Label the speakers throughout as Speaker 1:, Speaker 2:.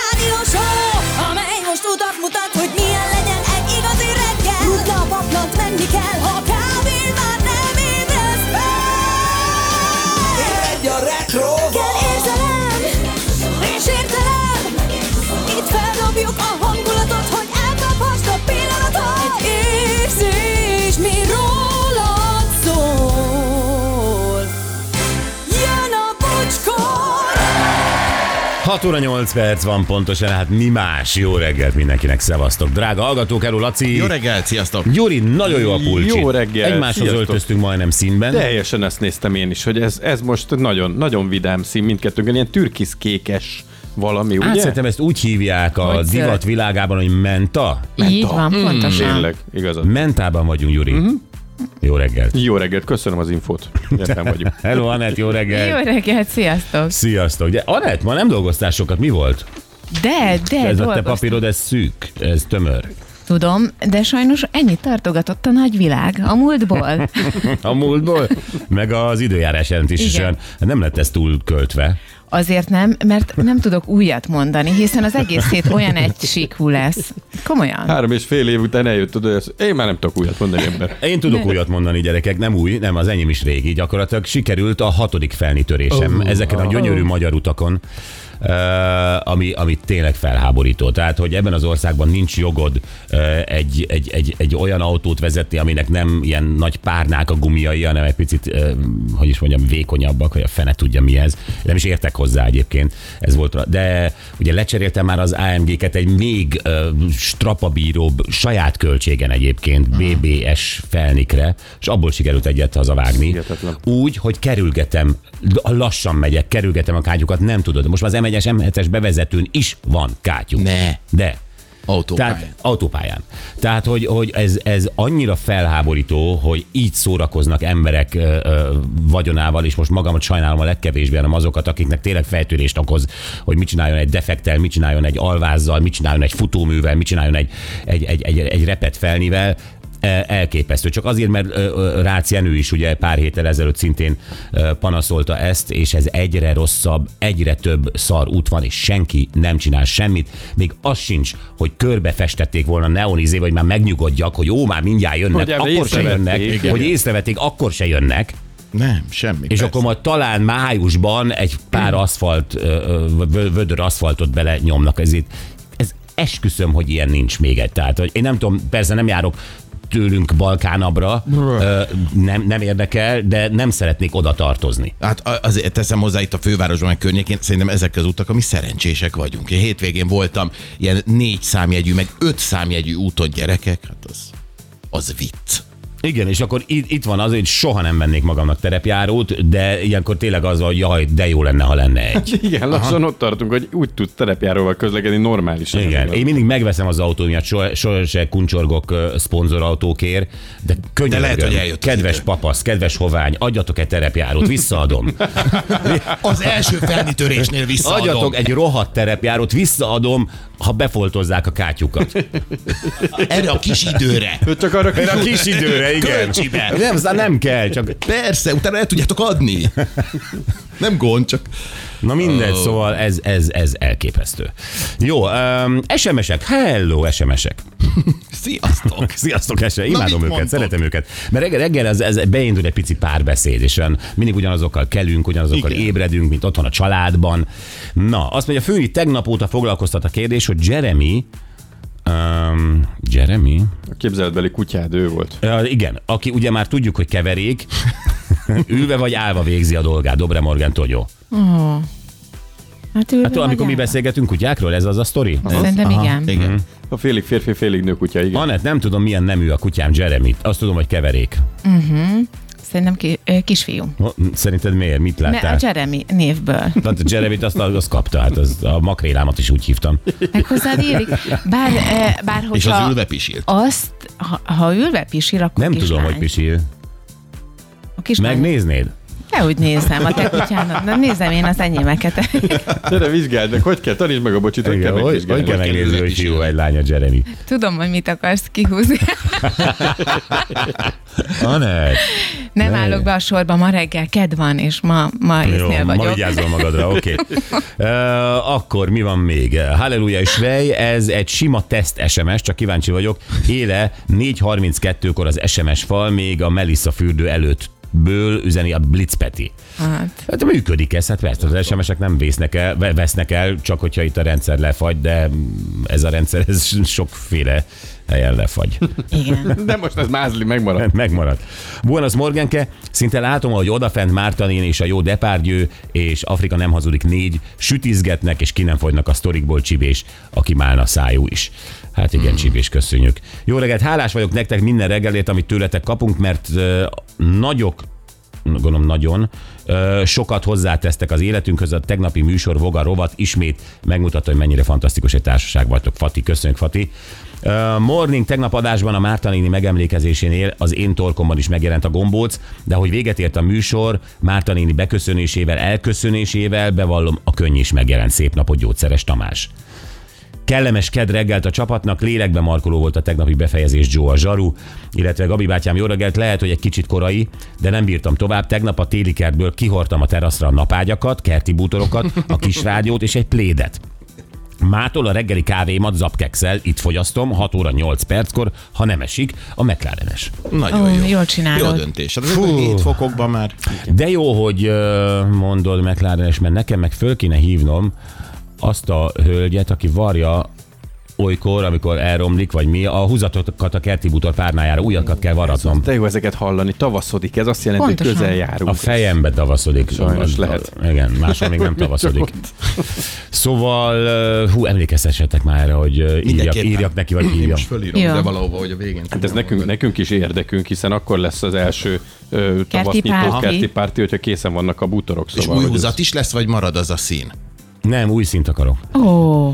Speaker 1: rádió show, amely most utat mutat, hogy milyen legyen egy igazi reggel. Rutna a paplant, menni kell, ha kávén már nem ébresz fel.
Speaker 2: Egy a retro
Speaker 1: Kell érzelem, és értelem, itt feldobjuk a hangulatot, hogy elkaphast a pillanatot. Egy érzés, mi rólad szól. Jön a bocskor!
Speaker 3: 6 óra 8 perc van pontosan, hát mi más? Jó reggelt mindenkinek, szevasztok. Drága hallgatók, Elő Laci.
Speaker 4: Jó reggelt, sziasztok!
Speaker 3: Gyuri, nagyon jó a pulcsi.
Speaker 5: Jó reggelt,
Speaker 3: Egymáshoz
Speaker 5: sziasztok.
Speaker 3: öltöztünk majdnem színben. Hát
Speaker 5: Teljesen ezt néztem én is, hogy ez, ez most nagyon, nagyon vidám szín mindkettőnkön, ilyen türkiszkékes valami,
Speaker 3: Hát
Speaker 5: ugye?
Speaker 3: szerintem ezt úgy hívják a
Speaker 6: Hogy
Speaker 3: divat
Speaker 6: zöld.
Speaker 3: világában, hogy menta.
Speaker 6: Így van, pontosan.
Speaker 5: Tényleg, igazad.
Speaker 3: Mentában vagyunk, Gyuri.
Speaker 5: Mhm.
Speaker 3: Jó reggelt.
Speaker 5: Jó reggelt, köszönöm az infót. Értem vagyok.
Speaker 3: Hello, Anett, jó reggelt.
Speaker 6: Jó reggelt, sziasztok!
Speaker 3: Sziasztok. De Anett, ma nem dolgoztál sokat, mi volt?
Speaker 6: De, de,
Speaker 3: ez a te
Speaker 6: dolgoztam.
Speaker 3: papírod, ez szűk, ez tömör.
Speaker 6: Tudom, de sajnos ennyit tartogatott a nagyvilág, a múltból.
Speaker 3: A múltból, meg az időjárás jelentés is
Speaker 6: Igen.
Speaker 3: olyan, Hát nem lett ez túl költve.
Speaker 6: Azért nem, mert nem tudok újat mondani, hiszen az egész hét olyan egy síkú lesz. Komolyan.
Speaker 3: Hát,
Speaker 5: Három és fél év után eljött oda, hogy én már nem tudok újat mondani ember.
Speaker 3: Én tudok újat mondani, gyerekek, nem új, nem, az enyém is régi. Gyakorlatilag sikerült a hatodik felnitörésem oh, ezeken a gyönyörű magyar utakon, ö, ami, ami tényleg felháborító. Tehát, hogy ebben az országban nincs jogod ö, egy, egy, egy, egy olyan autót vezetni, aminek nem ilyen nagy párnák a gumiai, hanem egy picit, ö, hogy is mondjam, vékonyabbak, vagy a fene tudja mi ez. Nem is értek hozzá egyébként. Ez volt, a- de ugye lecseréltem már az AMG-ket egy még ö, strapabíróbb, saját költségen egyébként BBS felnikre, és abból sikerült egyet hazavágni.
Speaker 5: Hihetetlen.
Speaker 3: Úgy, hogy kerülgetem, l- lassan megyek, kerülgetem a kátyukat, nem tudod. Most már az M1-es, M7-es bevezetőn is van kátyú.
Speaker 4: Ne.
Speaker 3: De.
Speaker 4: Autópályán.
Speaker 3: Tehát autópályán. Tehát, hogy, hogy ez, ez annyira felháborító, hogy így szórakoznak emberek ö, ö, vagyonával, és most magamat sajnálom a legkevésbé, hanem azokat, akiknek tényleg fejtörést okoz, hogy mit csináljon egy defektel, mit csináljon egy alvázzal, mit csináljon egy futóművel, mit csináljon egy, egy, egy, egy, egy repet felnivel, E, elképesztő. Csak azért, mert ö, ö, Rácz Jenő is ugye pár héttel ezelőtt szintén ö, panaszolta ezt, és ez egyre rosszabb, egyre több szar út van, és senki nem csinál semmit. Még az sincs, hogy körbe festették volna neonizé, vagy már megnyugodjak, hogy ó, már mindjárt jönnek,
Speaker 5: Hogy erre
Speaker 3: akkor se
Speaker 5: észrevették.
Speaker 3: jönnek,
Speaker 5: Igen.
Speaker 3: hogy észrevették, akkor se jönnek.
Speaker 4: Nem, semmi.
Speaker 3: És akkor majd talán májusban egy pár aszfalt, ö, ö, vö- vödör aszfaltot bele nyomnak. Ez itt, ez esküszöm, hogy ilyen nincs még egy. Tehát, hogy én nem tudom, persze nem járok tőlünk Balkánabbra, ö, nem, nem érdekel, de nem szeretnék oda tartozni.
Speaker 4: Hát a- azért teszem hozzá itt a fővárosban, meg környékén, szerintem ezek az utak, ami szerencsések vagyunk. Én hétvégén voltam ilyen négy számjegyű, meg öt számjegyű úton gyerekek, hát az, az vicc.
Speaker 3: Igen, és akkor itt, itt van az, hogy soha nem vennék magamnak terepjárót, de ilyenkor tényleg az, van, hogy jaj, de jó lenne, ha lenne egy.
Speaker 5: Igen, lassan ott tartunk, hogy úgy tud terepjáróval közlekedni normálisan.
Speaker 3: Igen, én mindig megveszem az autó miatt, soha, soha se kuncsorgok ö, szponzorautókért, de könyörgöm.
Speaker 4: De lehet, hogy eljött az
Speaker 3: Kedves
Speaker 4: idő.
Speaker 3: papasz, kedves hovány, adjatok egy terepjárót, visszaadom.
Speaker 4: Az első felnitörésnél visszaadom.
Speaker 3: Adjatok egy rohadt terepjárót, visszaadom, ha befoltozzák a kátyukat.
Speaker 4: Erre a kis időre.
Speaker 5: Csak arra kis
Speaker 3: A kis időre, igen.
Speaker 4: Kölcsibe.
Speaker 3: Nem, szá- nem kell, csak...
Speaker 4: Persze, utána el tudjátok adni. Nem gond, csak...
Speaker 3: Na mindegy, oh. szóval ez, ez, ez elképesztő. Jó, um, SMS-ek. Hello, SMS-ek.
Speaker 4: Sziasztok!
Speaker 3: Sziasztok, Ese, imádom
Speaker 4: mit
Speaker 3: őket,
Speaker 4: mondtad?
Speaker 3: szeretem őket. Mert reggel, reggel ez, ez beindul egy pici párbeszéd, és olyan, mindig ugyanazokkal kelünk, ugyanazokkal Igen.
Speaker 4: Igen.
Speaker 3: ébredünk, mint otthon a családban. Na, azt mondja, Főni tegnap óta foglalkoztat a kérdés, hogy Jeremy, Um, Jeremy?
Speaker 5: A képzeletbeli kutyád ő volt.
Speaker 3: Uh, igen, aki ugye már tudjuk, hogy keverék, ülve vagy állva végzi a dolgát, Dobre Morgan Tonyó.
Speaker 6: Oh. Hát, ülve
Speaker 3: Hát
Speaker 6: vagy
Speaker 3: amikor mi
Speaker 6: állva?
Speaker 3: beszélgetünk kutyákról, ez az a sztori?
Speaker 6: Szerintem igen.
Speaker 4: Igen.
Speaker 5: A félig férfi, félig nő kutya, igen.
Speaker 3: Anett, nem tudom, milyen nemű a kutyám Jeremy. Azt tudom, hogy keverék.
Speaker 6: Szerintem ki, ö, kisfiú.
Speaker 3: Ho- Szerinted miért? Mit
Speaker 6: Ne,
Speaker 3: láttál?
Speaker 6: a Jeremy névből.
Speaker 3: Tehát a Jeremy-t azt, azt kapta, hát az, a makrélámat is úgy hívtam.
Speaker 6: Meg hozzád illik. Bár, ö, bár
Speaker 4: És az
Speaker 6: hogyha
Speaker 4: ülve pisírt.
Speaker 6: azt, ha, ha ülve pisil, akkor
Speaker 3: Nem
Speaker 6: kislány.
Speaker 3: tudom, hogy pisil.
Speaker 6: A kislány.
Speaker 3: Megnéznéd?
Speaker 6: Ne úgy nézem a te kutyának, de nézem én az enyémeket.
Speaker 5: Gyere, vizsgáld meg, hogy kell, tanítsd meg a bocsit, hogy kell
Speaker 3: Igen, hogy, hogy kell
Speaker 5: megvizsgálni.
Speaker 3: megnézni, hogy fiú egy lánya Jeremy.
Speaker 6: Tudom, hogy mit akarsz kihúzni.
Speaker 3: Anett.
Speaker 6: Nem
Speaker 3: Ne.
Speaker 6: állok be a sorba, ma reggel ked van, és ma, ma észnél
Speaker 3: ma
Speaker 6: vagyok.
Speaker 3: vigyázzol magadra, oké. Uh, akkor mi van még? Halleluja és Vej, ez egy sima teszt SMS, csak kíváncsi vagyok. Éle 4.32-kor az SMS fal, még a Melissa fürdő előtt ből üzeni a Blitz Peti.
Speaker 6: Hát,
Speaker 3: Hát működik ez, hát persze, az SMS-ek nem vésznek el, ve- vesznek el, csak hogyha itt a rendszer lefagy, de mm, ez a rendszer ez sokféle helyen lefagy.
Speaker 6: igen.
Speaker 5: De most ez mázli, megmarad.
Speaker 3: Megmaradt. Buenos Morgenke, szinte látom, hogy odafent Mártanin és a jó Depárgyő és Afrika nem hazudik négy sütizgetnek, és ki nem fogynak a sztorikból csibés, aki málna szájú is. Hát igen, hmm. csibés, köszönjük. Jó reggelt, hálás vagyok nektek minden reggelért, amit tőletek kapunk, mert ö, nagyok gondolom nagyon, ö, sokat hozzátesztek az életünkhöz, a tegnapi műsor Voga rovat ismét megmutatta, hogy mennyire fantasztikus egy társaság vagytok. Fati, köszönjük Fati. Ö, Morning tegnap adásban a Márta néni megemlékezésénél az én torkomban is megjelent a gombóc, de hogy véget ért a műsor, Márta néni beköszönésével, elköszönésével, bevallom, a könny is megjelent. Szép napot, gyógyszeres Tamás. Kellemes ked reggelt a csapatnak, lélekbe markoló volt a tegnapi befejezés Joe a zsaru, illetve Gabi bátyám jó reggelt, lehet, hogy egy kicsit korai, de nem bírtam tovább. Tegnap a téli kertből kihortam a teraszra a napágyakat, kerti bútorokat, a kis rádiót és egy plédet. Mától a reggeli kávémat zapkekszel, itt fogyasztom, 6 óra 8 perckor, ha nem esik, a McLarenes.
Speaker 4: Nagyon
Speaker 6: Ó,
Speaker 4: jó.
Speaker 6: jól csinálod.
Speaker 4: Jó döntés. Hát Fú. Hét fokokban már.
Speaker 3: De jó, hogy ö, mondod McLarenes, mert nekem meg föl kéne hívnom azt a hölgyet, aki varja olykor, amikor elromlik, vagy mi, a húzatokat a kerti bútor párnájára, újakat kell varatnom.
Speaker 5: De jó ezeket hallani, tavaszodik, ez azt jelenti, hogy
Speaker 6: Pontosan.
Speaker 5: közel járunk.
Speaker 3: A fejembe tavaszodik.
Speaker 5: Sajnos
Speaker 3: A- a-
Speaker 5: lehet.
Speaker 3: Igen, máshol még nem tavaszodik. Szóval, ö, hú, emlékeztessetek már erre, hogy ö, írjak,
Speaker 4: Mindenképpen.
Speaker 3: írjak neki, vagy
Speaker 4: Én
Speaker 3: írjak.
Speaker 4: is fölírom,
Speaker 6: Jó.
Speaker 4: de valahova, hogy a végén.
Speaker 5: Hát ez nekünk, nekünk is érdekünk, hiszen akkor lesz az első ö, tavasznyitó
Speaker 6: párti.
Speaker 5: kerti párti, hogyha készen vannak a bútorok.
Speaker 4: És
Speaker 5: Szóval,
Speaker 4: új
Speaker 5: hogy ez-
Speaker 4: húzat is lesz, vagy marad az a szín?
Speaker 3: Nem, új szint akarok.
Speaker 6: Ó,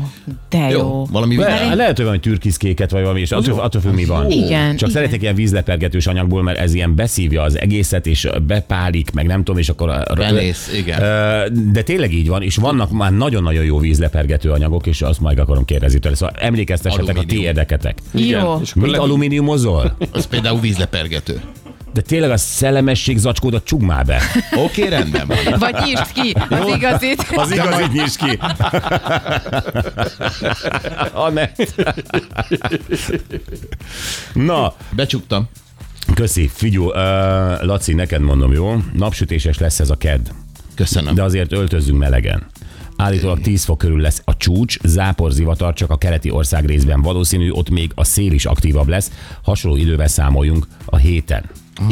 Speaker 6: de jó.
Speaker 4: Jó, valami
Speaker 3: Le,
Speaker 4: vidám.
Speaker 3: lehet, hogy valami türkiszkéket, vagy valami, és attól, attól függ, mi van.
Speaker 6: Igen,
Speaker 3: Csak
Speaker 6: igen.
Speaker 3: szeretnék ilyen vízlepergetős anyagból, mert ez ilyen beszívja az egészet, és bepálik, meg nem tudom, és akkor... a-
Speaker 4: Benész, igen.
Speaker 3: Ö, De tényleg így van, és vannak már nagyon-nagyon jó vízlepergető anyagok, és azt majd akarom kérdezni tőle. Szóval emlékeztessetek, ha ti
Speaker 4: Alumínium.
Speaker 3: érdeketek.
Speaker 6: Jó.
Speaker 5: És akkor
Speaker 3: Mit
Speaker 5: le,
Speaker 3: alumíniumozol?
Speaker 4: Az például vízlepergető.
Speaker 3: De tényleg a szellemesség zacskódat csukd már be.
Speaker 4: Oké, okay, rendben van.
Speaker 6: Vagy nyisd ki az igazit.
Speaker 3: Az igazit nyisd ki. Anett. Na,
Speaker 4: Becsuktam.
Speaker 3: Köszi, figyú, uh, Laci, neked mondom, jó? Napsütéses lesz ez a kedd,
Speaker 4: Köszönöm.
Speaker 3: de azért öltözzünk melegen. Állítólag 10 fok körül lesz a csúcs, záporzivatar csak a keleti ország részben valószínű, ott még a szél is aktívabb lesz. Hasonló idővel számoljunk a héten.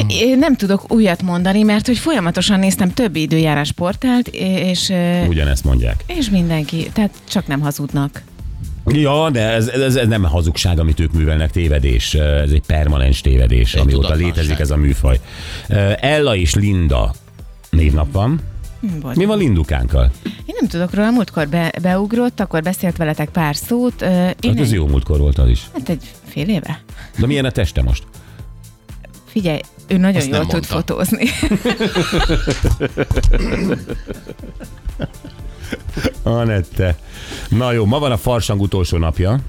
Speaker 6: Én nem tudok újat mondani, mert hogy folyamatosan néztem több időjárás portált, és, ö,
Speaker 3: Ugyanezt mondják.
Speaker 6: és mindenki, tehát csak nem hazudnak.
Speaker 3: Ja, de ez, ez, ez nem hazugság, amit ők művelnek, tévedés. Ez egy permanens tévedés,
Speaker 4: Egy
Speaker 3: amióta
Speaker 4: tudatlanság.
Speaker 3: létezik ez a műfaj. Ö, Ella és Linda névnap van.
Speaker 6: Mi volt?
Speaker 3: Mi van Lindukánkkal?
Speaker 6: Én nem tudok róla, múltkor be, beugrott, akkor beszélt veletek pár szót. ö, Én
Speaker 3: Hát ez
Speaker 6: egy,
Speaker 3: jó múltkor volt az is.
Speaker 6: hát egy fél éve.
Speaker 3: De milyen a teste most?
Speaker 6: Figyelj, ő nagyon
Speaker 4: Azt
Speaker 6: Azt
Speaker 4: nem
Speaker 6: jól tud
Speaker 4: mondta.
Speaker 6: fotózni.
Speaker 3: Anette. Na jó, ma van a farsang utolsó napja.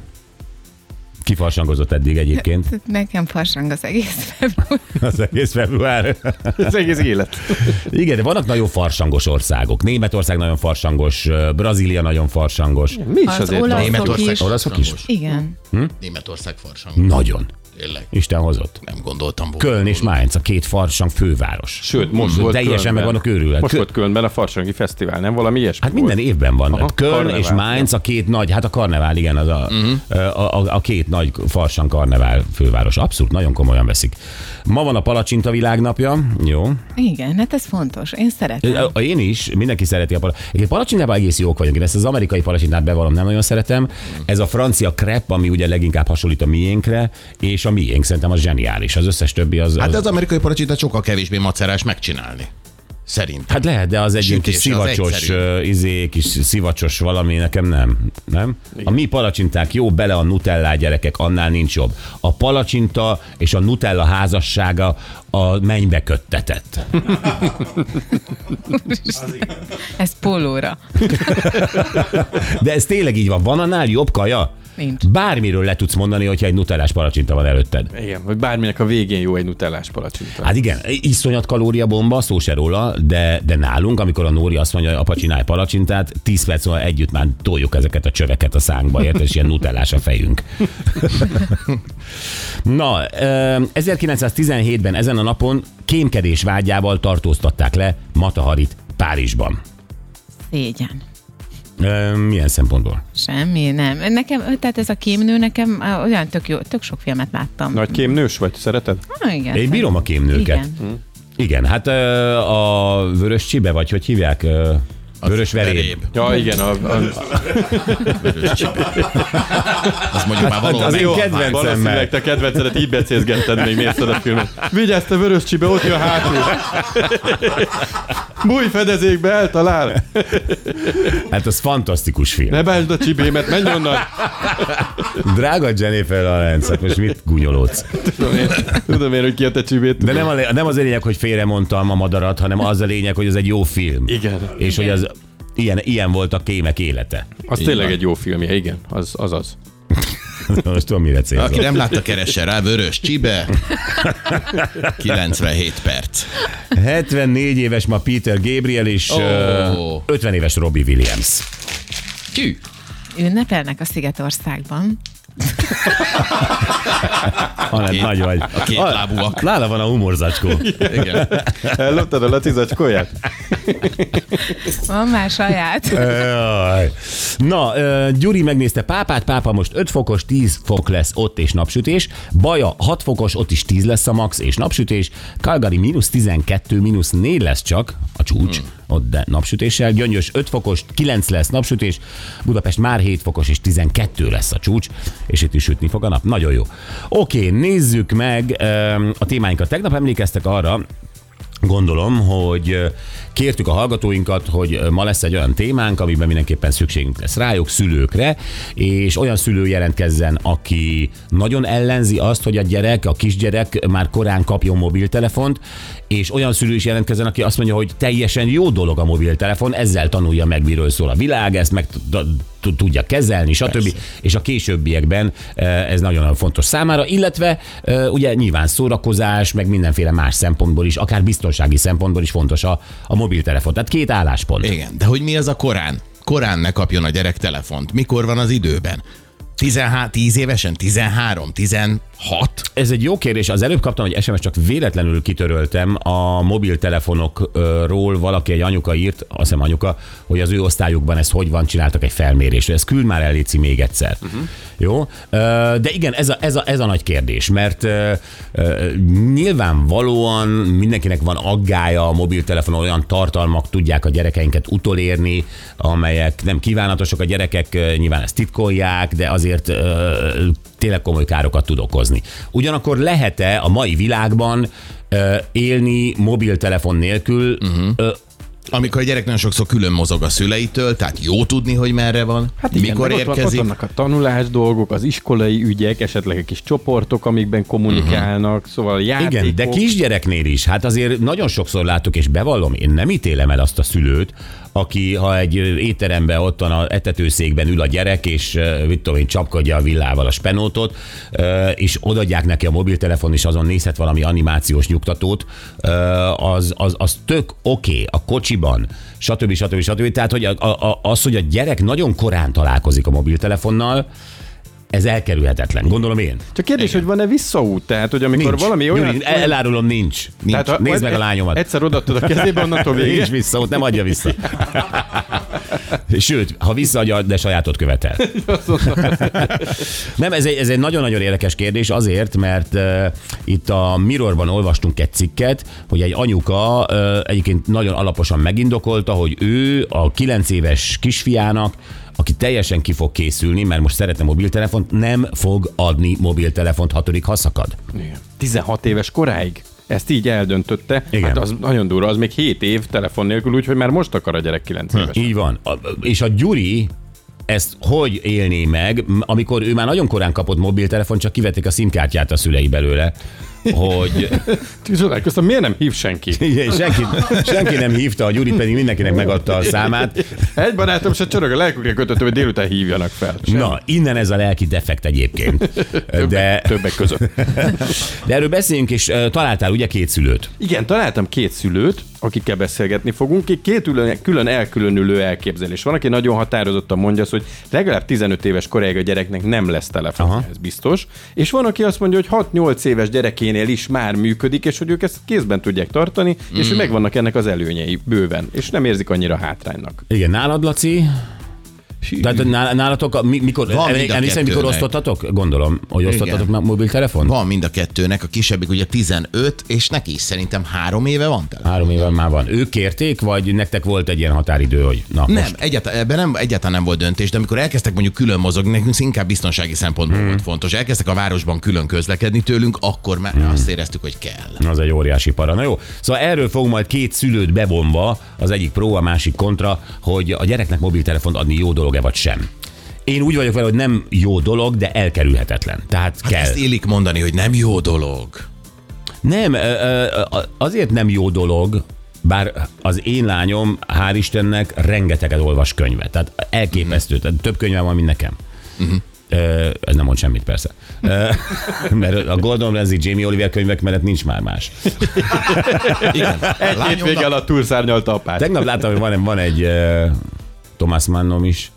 Speaker 3: Kifarsangozott eddig egyébként
Speaker 6: Nekem farsang az egész február.
Speaker 3: az egész február.
Speaker 5: ez egész élet.
Speaker 3: Igen, de vannak nagyon farsangos országok. Németország nagyon farsangos, Brazília nagyon farsangos.
Speaker 5: Mi is
Speaker 6: Az
Speaker 5: azért
Speaker 6: olaj-
Speaker 5: van?
Speaker 4: Németország
Speaker 6: is.
Speaker 3: Olaszok is?
Speaker 4: farsangos.
Speaker 6: Igen.
Speaker 4: Németország farsangos.
Speaker 3: Nagyon.
Speaker 4: Tényleg.
Speaker 3: Isten hozott.
Speaker 4: Nem gondoltam volna.
Speaker 3: Köln és Mainz, a két farsang főváros. Hm,
Speaker 5: Sőt, most volt
Speaker 3: Teljesen
Speaker 5: Kölnben.
Speaker 3: meg vannak őrülve.
Speaker 5: Most
Speaker 3: Kö-
Speaker 5: volt Kölnben a Farsangi Fesztivál, nem valami ilyesmi
Speaker 3: Hát minden
Speaker 5: volt.
Speaker 3: évben van. Aha,
Speaker 5: Aha,
Speaker 3: Köln
Speaker 5: karnevál.
Speaker 3: és Mainz a két nagy, hát a karnevál, igen, az a, uh-huh. a, a, a két nagy farsan karnevál főváros. Abszolút, nagyon komolyan veszik. Ma van a palacsinta világnapja, jó.
Speaker 6: Igen, hát ez fontos. Én szeretem.
Speaker 3: Ö, Én is, mindenki szereti a palacsintát. Egyébként palacsintában egész jók vagyunk. Én ezt az amerikai palacsintát bevallom, nem nagyon szeretem. Ez a francia crepe, ami ugye leginkább hasonlít a miénkre, és a miénk szerintem az zseniális. Az összes többi az...
Speaker 4: Hát
Speaker 3: az...
Speaker 4: de az amerikai paracsitát sokkal kevésbé macerás megcsinálni. Szerintem.
Speaker 3: Hát lehet, de az egy ilyen kis
Speaker 4: Sütése, az
Speaker 3: szivacsos,
Speaker 4: egyszerű.
Speaker 3: ö, izé, kis szivacsos valami, nekem nem. Nem? A mi palacsinták jó bele a nutellá, gyerekek, annál nincs jobb. A palacsinta és a nutella házassága a mennybe köttetett.
Speaker 6: Ez pólóra.
Speaker 3: De ez tényleg így van. Van annál jobb kaja?
Speaker 6: Nincs.
Speaker 3: Bármiről le tudsz mondani, hogyha egy nutellás palacsinta van előtted.
Speaker 5: Igen, vagy bárminek a végén jó egy nutellás palacsinta.
Speaker 3: Hát igen, iszonyat kalóriabomba, szó se róla, de, de nálunk, amikor a Nóri azt mondja, hogy apa csinálj palacsintát, 10 perc múlva együtt már toljuk ezeket a csöveket a szánkba, érted, és ilyen nutellás a fejünk. Na, ö, 1917-ben ezen a napon kémkedés vágyával tartóztatták le Mataharit Párizsban.
Speaker 6: Szégyen.
Speaker 3: Ö, Milyen szempontból?
Speaker 6: Semmi, nem. Nekem, tehát ez a kémnő nekem á, olyan tök jó, tök sok filmet láttam.
Speaker 5: Nagy kémnős vagy, szereted?
Speaker 6: Ah, igen.
Speaker 3: Én bírom a kémnőket.
Speaker 6: Igen.
Speaker 3: Igen, hát ö, a vörös csibe, vagy hogy hívják? Ö, Vörös veréb.
Speaker 5: Ja, igen, a, a,
Speaker 4: Az mondjuk már valahol
Speaker 3: Hát az én
Speaker 4: megvan.
Speaker 3: kedvencem.
Speaker 5: valószínűleg te kedvencedet így becézgetted, még nézted a filmet. Vigyázz, te vörös csibe, ott jön hátul. Búj fedezékbe, eltalál.
Speaker 3: Hát az fantasztikus film.
Speaker 5: Ne bántsd a csibémet, menj onnan.
Speaker 3: Drága Jennifer Lawrence, hát most mit gunyolódsz?
Speaker 5: Tudom én, tudom én hogy ki a te csibét.
Speaker 3: De nem, a, lé- nem az a lényeg, hogy félre mondtam a madarat, hanem az a lényeg, hogy ez egy jó film.
Speaker 5: Igen.
Speaker 3: És hogy az ilyen, ilyen volt a kémek élete.
Speaker 5: Az
Speaker 4: Így
Speaker 5: tényleg
Speaker 4: van.
Speaker 5: egy jó filmje, igen, az az. az.
Speaker 3: Most tudom, mire célzol.
Speaker 4: Aki nem látta, keresse rá, vörös csibe. 97 perc.
Speaker 3: 74 éves ma Peter Gabriel és
Speaker 4: Ó.
Speaker 3: oh. 50 éves Robbie Williams.
Speaker 4: Kű.
Speaker 6: Ünnepelnek a Szigetországban.
Speaker 3: Hanem
Speaker 4: két-
Speaker 3: nagy vagy.
Speaker 4: a két
Speaker 3: Ah,
Speaker 4: lábúak.
Speaker 3: Nála van a humorzacskó.
Speaker 4: Igen.
Speaker 5: Elloptad a lacizacskóját?
Speaker 6: Van már saját.
Speaker 3: Jaj. Na, ö, Gyuri megnézte pápát, pápa most 5 fokos, 10 fok lesz ott és napsütés. Baja 6 fokos, ott is 10 lesz a max és napsütés. Calgary mínusz 12, mínusz 4 lesz csak a csúcs, hmm. ott de napsütéssel. Gyöngyös 5 fokos, 9 lesz napsütés. Budapest már 7 fokos és 12 lesz a csúcs, és itt is sütni fog a nap. Nagyon jó. Oké, nézzük meg ö, a témáinkat. Tegnap emlékeztek arra, Gondolom, hogy ö, kértük a hallgatóinkat, hogy ö, ma lesz egy olyan témánk, amiben mindenképpen szükségünk lesz rájuk, szülőkre, és olyan szülő jelentkezzen, aki nagyon ellenzi azt, hogy a gyerek, a kisgyerek már korán kapjon mobiltelefont, és olyan szülő is jelentkezzen, aki azt mondja, hogy teljesen jó dolog a mobiltelefon, ezzel tanulja meg, miről szól a világ, ezt meg t- tud- tudja kezelni, stb. Persze. És a későbbiekben eh, ez nagyon-nagyon fontos számára, illetve eh, ugye nyilván szórakozás, meg mindenféle más szempontból is, akár biztonsági szempontból is fontos a, a mobiltelefon. Tehát két álláspont.
Speaker 4: Igen, de hogy mi az a korán? Korán ne kapjon a gyerek telefont. Mikor van az időben? 13, 10 évesen? 13, 16?
Speaker 3: Ez egy jó kérdés. Az előbb kaptam egy SMS, csak véletlenül kitöröltem a mobiltelefonokról. Valaki, egy anyuka írt, azt hiszem anyuka, hogy az ő osztályukban ez hogy van, csináltak egy felmérést. Ez küld már el, Léci, még egyszer. Uh-huh. Jó? Ö, De igen, ez a, ez, a, ez a nagy kérdés, mert ö, ö, nyilvánvalóan mindenkinek van aggája a mobiltelefonon, olyan tartalmak tudják a gyerekeinket utolérni, amelyek nem kívánatosak, a gyerekek ö, nyilván ezt titkolják, de azért ö, tényleg komoly károkat tud okozni. Ugyanakkor lehet-e a mai világban ö, élni mobiltelefon nélkül? Uh-huh. Ö,
Speaker 4: Amikor a gyerek nagyon sokszor külön mozog a szüleitől, tehát jó tudni, hogy merre van, hát igen, mikor
Speaker 5: meg Ott, van- ott
Speaker 4: érkezik.
Speaker 5: vannak a tanulás dolgok, az iskolai ügyek, esetleg egy kis csoportok, amikben kommunikálnak, uh-huh. szóval játékok.
Speaker 3: igen, de kisgyereknél is. Hát azért nagyon sokszor láttuk, és bevallom, én nem ítélem el azt a szülőt, aki ha egy ö, étteremben ott van a etetőszékben ül a gyerek, és ö, mit tudom én, csapkodja a villával a spenótot, ö, és odaadják neki a mobiltelefon, és azon nézhet valami animációs nyugtatót, ö, az, az, az tök oké, okay, a kocsiban, stb. stb. stb. Tehát, hogy a, a, az, hogy a gyerek nagyon korán találkozik a mobiltelefonnal, ez elkerülhetetlen, gondolom én.
Speaker 5: Csak kérdés, hogy van-e visszaút? Tehát, hogy amikor
Speaker 3: Nincs.
Speaker 5: valami olyan...
Speaker 3: Gyuri, el- elárulom, nincs. nincs. Tehát,
Speaker 5: ha-
Speaker 3: Nézd meg a
Speaker 5: e-
Speaker 3: lányomat.
Speaker 5: Egyszer odaadtad a kezébe, onnantól
Speaker 3: Nincs
Speaker 5: vége.
Speaker 3: vissza, ott nem adja vissza. Sőt, ha visszaadja, de sajátot követel. Nem, ez egy, ez egy nagyon-nagyon érdekes kérdés azért, mert uh, itt a Mirrorban olvastunk egy cikket, hogy egy anyuka uh, egyébként nagyon alaposan megindokolta, hogy ő a 9 éves kisfiának aki teljesen ki fog készülni, mert most szeretne mobiltelefont, nem fog adni mobiltelefont hatodik haszakad.
Speaker 5: Igen. 16 éves koráig. ezt így eldöntötte.
Speaker 3: Igen.
Speaker 5: Hát az nagyon durva, az még 7 év telefon nélkül, úgyhogy már most akar a gyerek 9 éves.
Speaker 3: Így van. A, és a Gyuri ezt hogy élné meg, m- amikor ő már nagyon korán kapott mobiltelefon, csak kivették a szimkártyát a szülei belőle, hogy Hm.
Speaker 5: Csodálkoztam, aztán miért nem hív senki?
Speaker 3: Igen, senki, senki nem hívta, a Gyuri pedig mindenkinek megadta a számát.
Speaker 5: Egy barátom se csörög a lelkükre kötöttem, hogy délután hívjanak fel. Sem.
Speaker 3: Na, innen ez a lelki defekt egyébként. De,
Speaker 5: Többek között.
Speaker 3: de erről beszéljünk, és ö, találtál ugye két szülőt.
Speaker 5: Igen, találtam két szülőt, akikkel beszélgetni fogunk. Itt Két külön, külön elkülönülő elképzelés van, aki nagyon határozottan mondja azt, hogy legalább 15 éves koráig a gyereknek nem lesz telefon,
Speaker 3: Aha.
Speaker 5: ez biztos. És van, aki azt mondja, hogy 6-8 éves gyerekénél is már működik, és hogy ők ezt kézben tudják tartani, mm. és hogy megvannak ennek az előnyei bőven, és nem érzik annyira hátránynak.
Speaker 3: Igen, nálad, Laci? Tehát nála- nálatok, a- mi- mikor,
Speaker 4: Van mind a
Speaker 3: emlékszem, mikor
Speaker 4: kettőnek.
Speaker 3: osztottatok? Gondolom, hogy osztottatok
Speaker 4: Igen.
Speaker 3: már mobiltelefon?
Speaker 4: Van mind a kettőnek, a kisebbik ugye 15, és neki is szerintem három éve van tele.
Speaker 3: Három éve már van. Ők kérték, vagy nektek volt egy ilyen határidő, hogy na
Speaker 4: Nem,
Speaker 3: most?
Speaker 4: egyáltalán, ebben nem, egyáltalán nem volt döntés, de amikor elkezdtek mondjuk külön mozogni, nekünk ez inkább biztonsági szempontból
Speaker 5: Hmm.
Speaker 4: volt fontos. Elkezdtek a városban külön közlekedni tőlünk, akkor már
Speaker 5: Hmm.
Speaker 4: azt éreztük, hogy kell.
Speaker 3: Az egy óriási para. Na jó, szóval erről fog majd két szülőt bevonva, az egyik pró, a másik kontra, hogy a gyereknek mobiltelefont adni jó dolog-e vagy sem. Én úgy vagyok vele, hogy nem jó dolog, de elkerülhetetlen. Tehát
Speaker 4: Hát
Speaker 3: kell.
Speaker 4: ezt illik mondani, hogy nem jó dolog.
Speaker 3: Nem, ö, ö, ö, azért nem jó dolog, bár az én lányom, hál' Istennek, rengeteget olvas könyvet. Tehát elképesztő. Tehát több könyve van, mint nekem. Ö, Ez nem mond semmit, persze. Ö, Mert a Gordon Ramsay, Jamie Oliver könyvek mellett nincs már más.
Speaker 4: Igen.
Speaker 5: Egy hétvége alatt túlszárnyalta apát.
Speaker 3: Tegnap láttam, hogy van, van egy ö, Thomas Mannom is,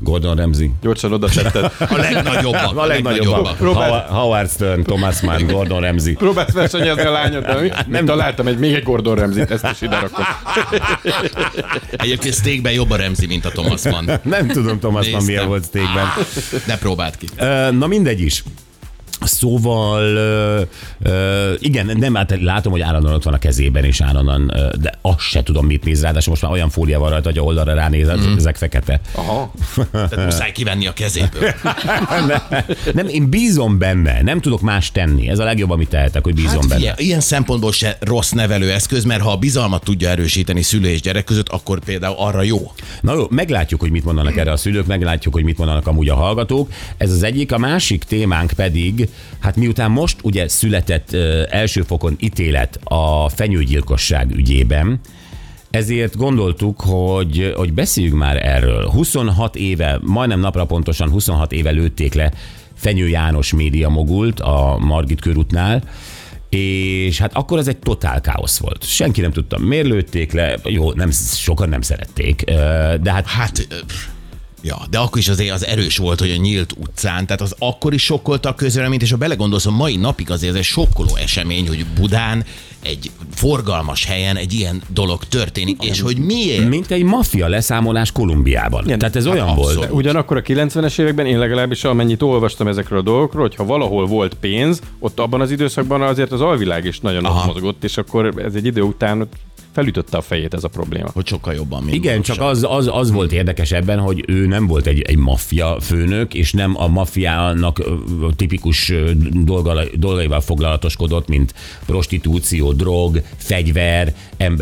Speaker 3: Gordon Ramsay.
Speaker 5: Gyorsan oda tetted.
Speaker 4: A legnagyobbak.
Speaker 3: A legnagyobbak. Howard- Howard Stern, Thomas Mann, Gordon Ramsay.
Speaker 5: Próbálsz versenyezni a lányod, de mi? Nem találtam egy még egy Gordon Ramsay-t, ezt is ide rakom.
Speaker 4: Egyébként steakben jobb a Remzi, mint a Thomas Mann.
Speaker 3: Nem tudom, Thomas Mann milyen
Speaker 4: Néztem.
Speaker 3: volt tékben.
Speaker 4: Ne próbáld ki.
Speaker 3: Ö, Na mindegy is. Szóval, ö, ö, igen, nem, hát látom, hogy állandóan ott van a kezében, és állandóan, ö, de azt se tudom, mit néz rá, de most már olyan fólia van rajta, hogy a oldalra ránéz, mm. ezek fekete.
Speaker 5: Aha.
Speaker 4: Tehát muszáj kivenni a kezéből.
Speaker 3: nem, nem, én bízom benne, nem tudok más tenni. Ez a legjobb, amit tehetek, hogy bízom
Speaker 4: Hát
Speaker 3: benne.
Speaker 4: ilyen, ilyen szempontból se rossz nevelő eszköz, mert ha a bizalmat tudja erősíteni szülő és gyerek között, akkor például arra jó.
Speaker 3: Na jó, meglátjuk, hogy mit mondanak erre a szülők, meglátjuk, hogy mit mondanak amúgy a hallgatók. Ez az egyik, a másik témánk pedig, hát miután most ugye született ö, első fokon ítélet a fenyőgyilkosság ügyében, ezért gondoltuk, hogy, hogy beszéljünk már erről. 26 éve, majdnem napra pontosan 26 éve lőtték le Fenyő János média mogult a Margit körútnál, és hát akkor ez egy totál káosz volt. Senki nem tudta, miért lőtték le, jó, nem, sokan nem szerették, ö, de hát
Speaker 4: Hát, ö, pff, ja, de akkor is azért az erős volt, hogy a nyílt utcán, tehát az akkor is sokkolta a közvéleményt, és ha belegondolsz, a mai napig azért ez egy sokkoló esemény, hogy Budán egy forgalmas helyen egy ilyen dolog történik, és hogy miért?
Speaker 3: mint egy maffia leszámolás Kolumbiában. Igen,
Speaker 5: Igen,
Speaker 3: Tehát ez
Speaker 4: hát
Speaker 3: olyan
Speaker 4: abszolút.
Speaker 3: volt.
Speaker 5: Ugyanakkor a 90-es években én legalábbis amennyit olvastam ezekről a dolgokról, hogyha valahol volt pénz, ott abban az időszakban azért az alvilág is nagyon ott mozgott, és akkor ez egy idő után ott felütötte a fejét ez a probléma.
Speaker 4: Hogy sokkal jobban, mint
Speaker 3: Igen, csak az, az, az volt érdekes ebben, hogy ő nem volt egy, egy maffia főnök, és nem a maffiának ö, tipikus ö, dolga, dolgaival foglalatoskodott, mint prostitúció, drog, fegyver,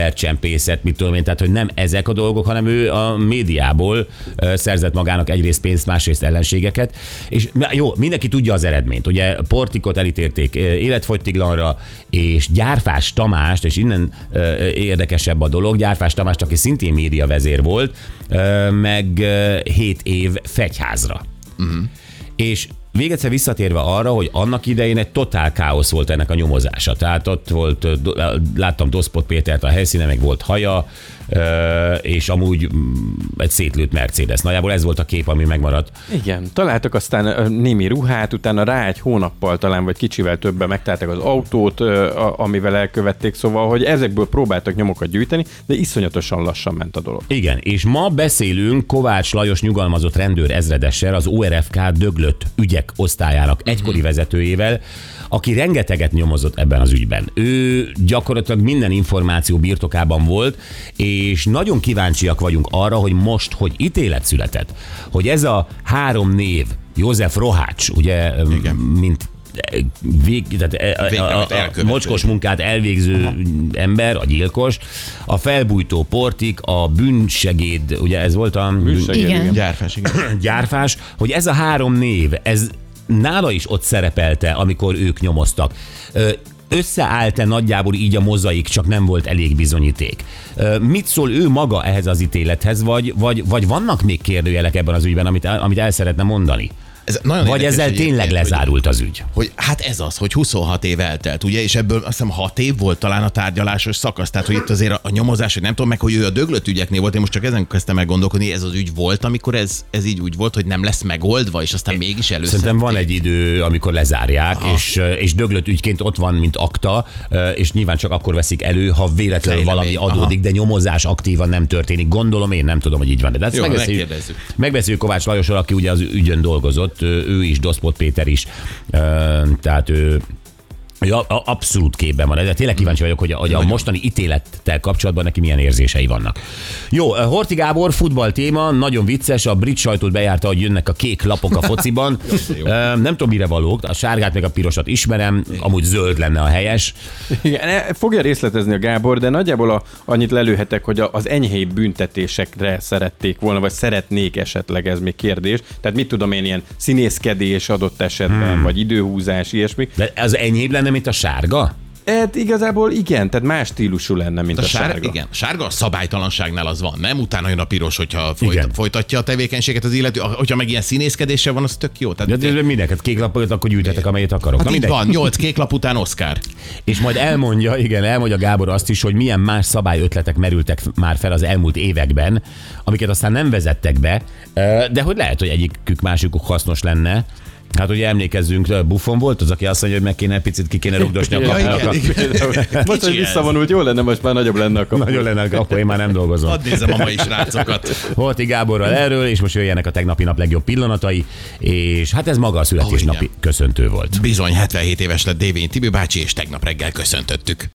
Speaker 3: embercsempészet, mit tudom én, tehát hogy nem ezek a dolgok, hanem ő a médiából ö, szerzett magának egyrészt pénzt, másrészt ellenségeket, és na, jó, mindenki tudja az eredményt, ugye Portikot elítélték ö, életfogytiglanra, és Gyárfás Tamást, és innen ö, érdekesebb a dolog, Gyárfás Tamást, aki szintén média vezér volt, ö, meg 7 év fegyházra. És még egyszer visszatérve arra, hogy annak idején egy totál káosz volt ennek a nyomozása. Tehát ott volt, ö, do- láttam Doszpot Pétert a helyszínen, meg volt haja, ö, és amúgy mm, egy szétlőtt Mercedes. Nagyjából ez volt a kép, ami megmaradt.
Speaker 5: Igen, találtak aztán ö, némi ruhát, utána rá egy hónappal talán, vagy kicsivel többen megtalálták az autót, ö, a- amivel elkövették, szóval, hogy ezekből próbáltak nyomokat gyűjteni, de iszonyatosan lassan ment a dolog.
Speaker 3: Igen, és ma beszélünk Kovács Lajos nyugalmazott rendőr ezredessel, az ORFK döglött ügyek osztályának egykori vezetőjével, aki rengeteget nyomozott ebben az ügyben. Ő gyakorlatilag minden információ birtokában volt, és nagyon kíváncsiak vagyunk arra, hogy most, hogy ítélet született, hogy ez a három név, József Rohács, ugye, Igen. mint eh, vég, tehát a, a, a, a mocskos munkát elvégző ember, a gyilkos, a felbújtó portik, a bűnsegéd, ugye ez volt a
Speaker 5: Bűnsegéd,
Speaker 6: Igen.
Speaker 5: igen.
Speaker 4: Gyárfás, igen.
Speaker 3: bűn- gyárfás, hogy ez a három név, ez nála is ott szerepelte, amikor ők nyomoztak. Ö, Összeállt-e nagyjából így a mozaik, csak nem volt elég bizonyíték? Ö, Mit szól ő maga ehhez az ítélethez, vagy, vagy, vagy vannak még kérdőjelek ebben az ügyben, amit, el- amit el szeretne mondani?
Speaker 4: Ez nagyon
Speaker 3: Vagy
Speaker 4: érdekes
Speaker 3: ezzel
Speaker 4: egyébként,
Speaker 3: tényleg
Speaker 4: hogy-
Speaker 3: lezárult az ügy?
Speaker 4: hogy hát ez az, hogy 26 év eltelt, ugye, és ebből azt hiszem 6 év volt talán a tárgyalásos szakasz, tehát hogy itt azért a, a nyomozás, hogy nem tudom meg, hogy ő a döglött ügyeknél volt, én most csak ezen kezdtem el gondolkodni, ez az ügy volt, amikor ez, ez így úgy volt, hogy nem lesz megoldva, és aztán mégis először.
Speaker 3: Szerintem van egy idő, amikor lezárják, és, és döglött ügyként ott van, mint akta, és nyilván csak akkor veszik elő, ha véletlenül
Speaker 4: Fejlemény,
Speaker 3: valami
Speaker 4: aha.
Speaker 3: adódik, de nyomozás aktívan nem történik. Gondolom én, nem tudom, hogy így van. De hát ezt
Speaker 4: Jó,
Speaker 3: megbeszéljük,
Speaker 4: megkérdezzük.
Speaker 3: megbeszéljük Kovács Lajosról, aki ugye az ügyön dolgozott, ő ő is, Doszpot Péter is, Ö, tehát ő ő a- a- abszolút képben van, de tényleg kíváncsi vagyok, hogy a, hogy a mostani ítélettel kapcsolatban neki milyen érzései vannak. Jó, Horti Gábor, futball téma, nagyon vicces, a brit sajtót bejárta, hogy jönnek a kék lapok a fociban. Ö, Nem tudom, mire valók, a sárgát meg a pirosat ismerem, amúgy zöld lenne a helyes.
Speaker 5: Igen, e- fogja részletezni a Gábor, de nagyjából a, annyit lelőhetek, hogy a, az enyhébb büntetésekre szerették volna, vagy szeretnék esetleg, ez még kérdés. Tehát mit tudom én, ilyen színészkedés adott esetben, hmm. vagy időhúzás, ilyesmi.
Speaker 3: De az enyhébb lenne, mint a sárga?
Speaker 5: Hát igazából igen, tehát más stílusú lenne, mint
Speaker 4: a
Speaker 5: a,
Speaker 4: sárga,
Speaker 5: sárga.
Speaker 4: Igen, sárga a szabálytalanságnál az van, nem? Utána jön a piros, hogyha
Speaker 3: Igen.
Speaker 4: folyt, folytatja a tevékenységet az illető, Ah, hogyha meg ilyen színészkedése van, az tök jó.
Speaker 3: De
Speaker 4: Tehát,
Speaker 3: de mindenket kék lapot, akkor gyűjtetek, amelyet akarok.
Speaker 4: hát így
Speaker 3: mindegy.
Speaker 4: van, nyolc kék lap után Oscar.
Speaker 3: És majd elmondja, igen, elmondja Gábor azt is, hogy milyen más szabályötletek merültek f- már fel az elmúlt években, amiket aztán nem vezettek be, ö, de hogy lehet, hogy egyikük másikuk hasznos lenne. Hát ugye emlékezzünk, ö, Buffon volt az, aki azt mondja, hogy meg kéne picit ki kéne rugdosni a
Speaker 5: Ja,
Speaker 3: kapunak.
Speaker 4: igen,
Speaker 3: a-
Speaker 4: igen.
Speaker 5: Most, hogy
Speaker 4: Kicsi ez.
Speaker 5: visszavonult, jó lenne, most már nagyobb lenne a kapu.
Speaker 3: Nagyon lenne, akkor én már nem dolgozom.
Speaker 4: Hadd nézem a mai srácokat.
Speaker 3: Holti Gáborral erről, és most jöjjenek a tegnapi nap legjobb pillanatai, és hát ez maga a születésnapi
Speaker 4: igen.
Speaker 3: köszöntő volt.
Speaker 4: Bizony, 77 éves lett Dévény Tibi bácsi, és tegnap reggel köszöntöttük.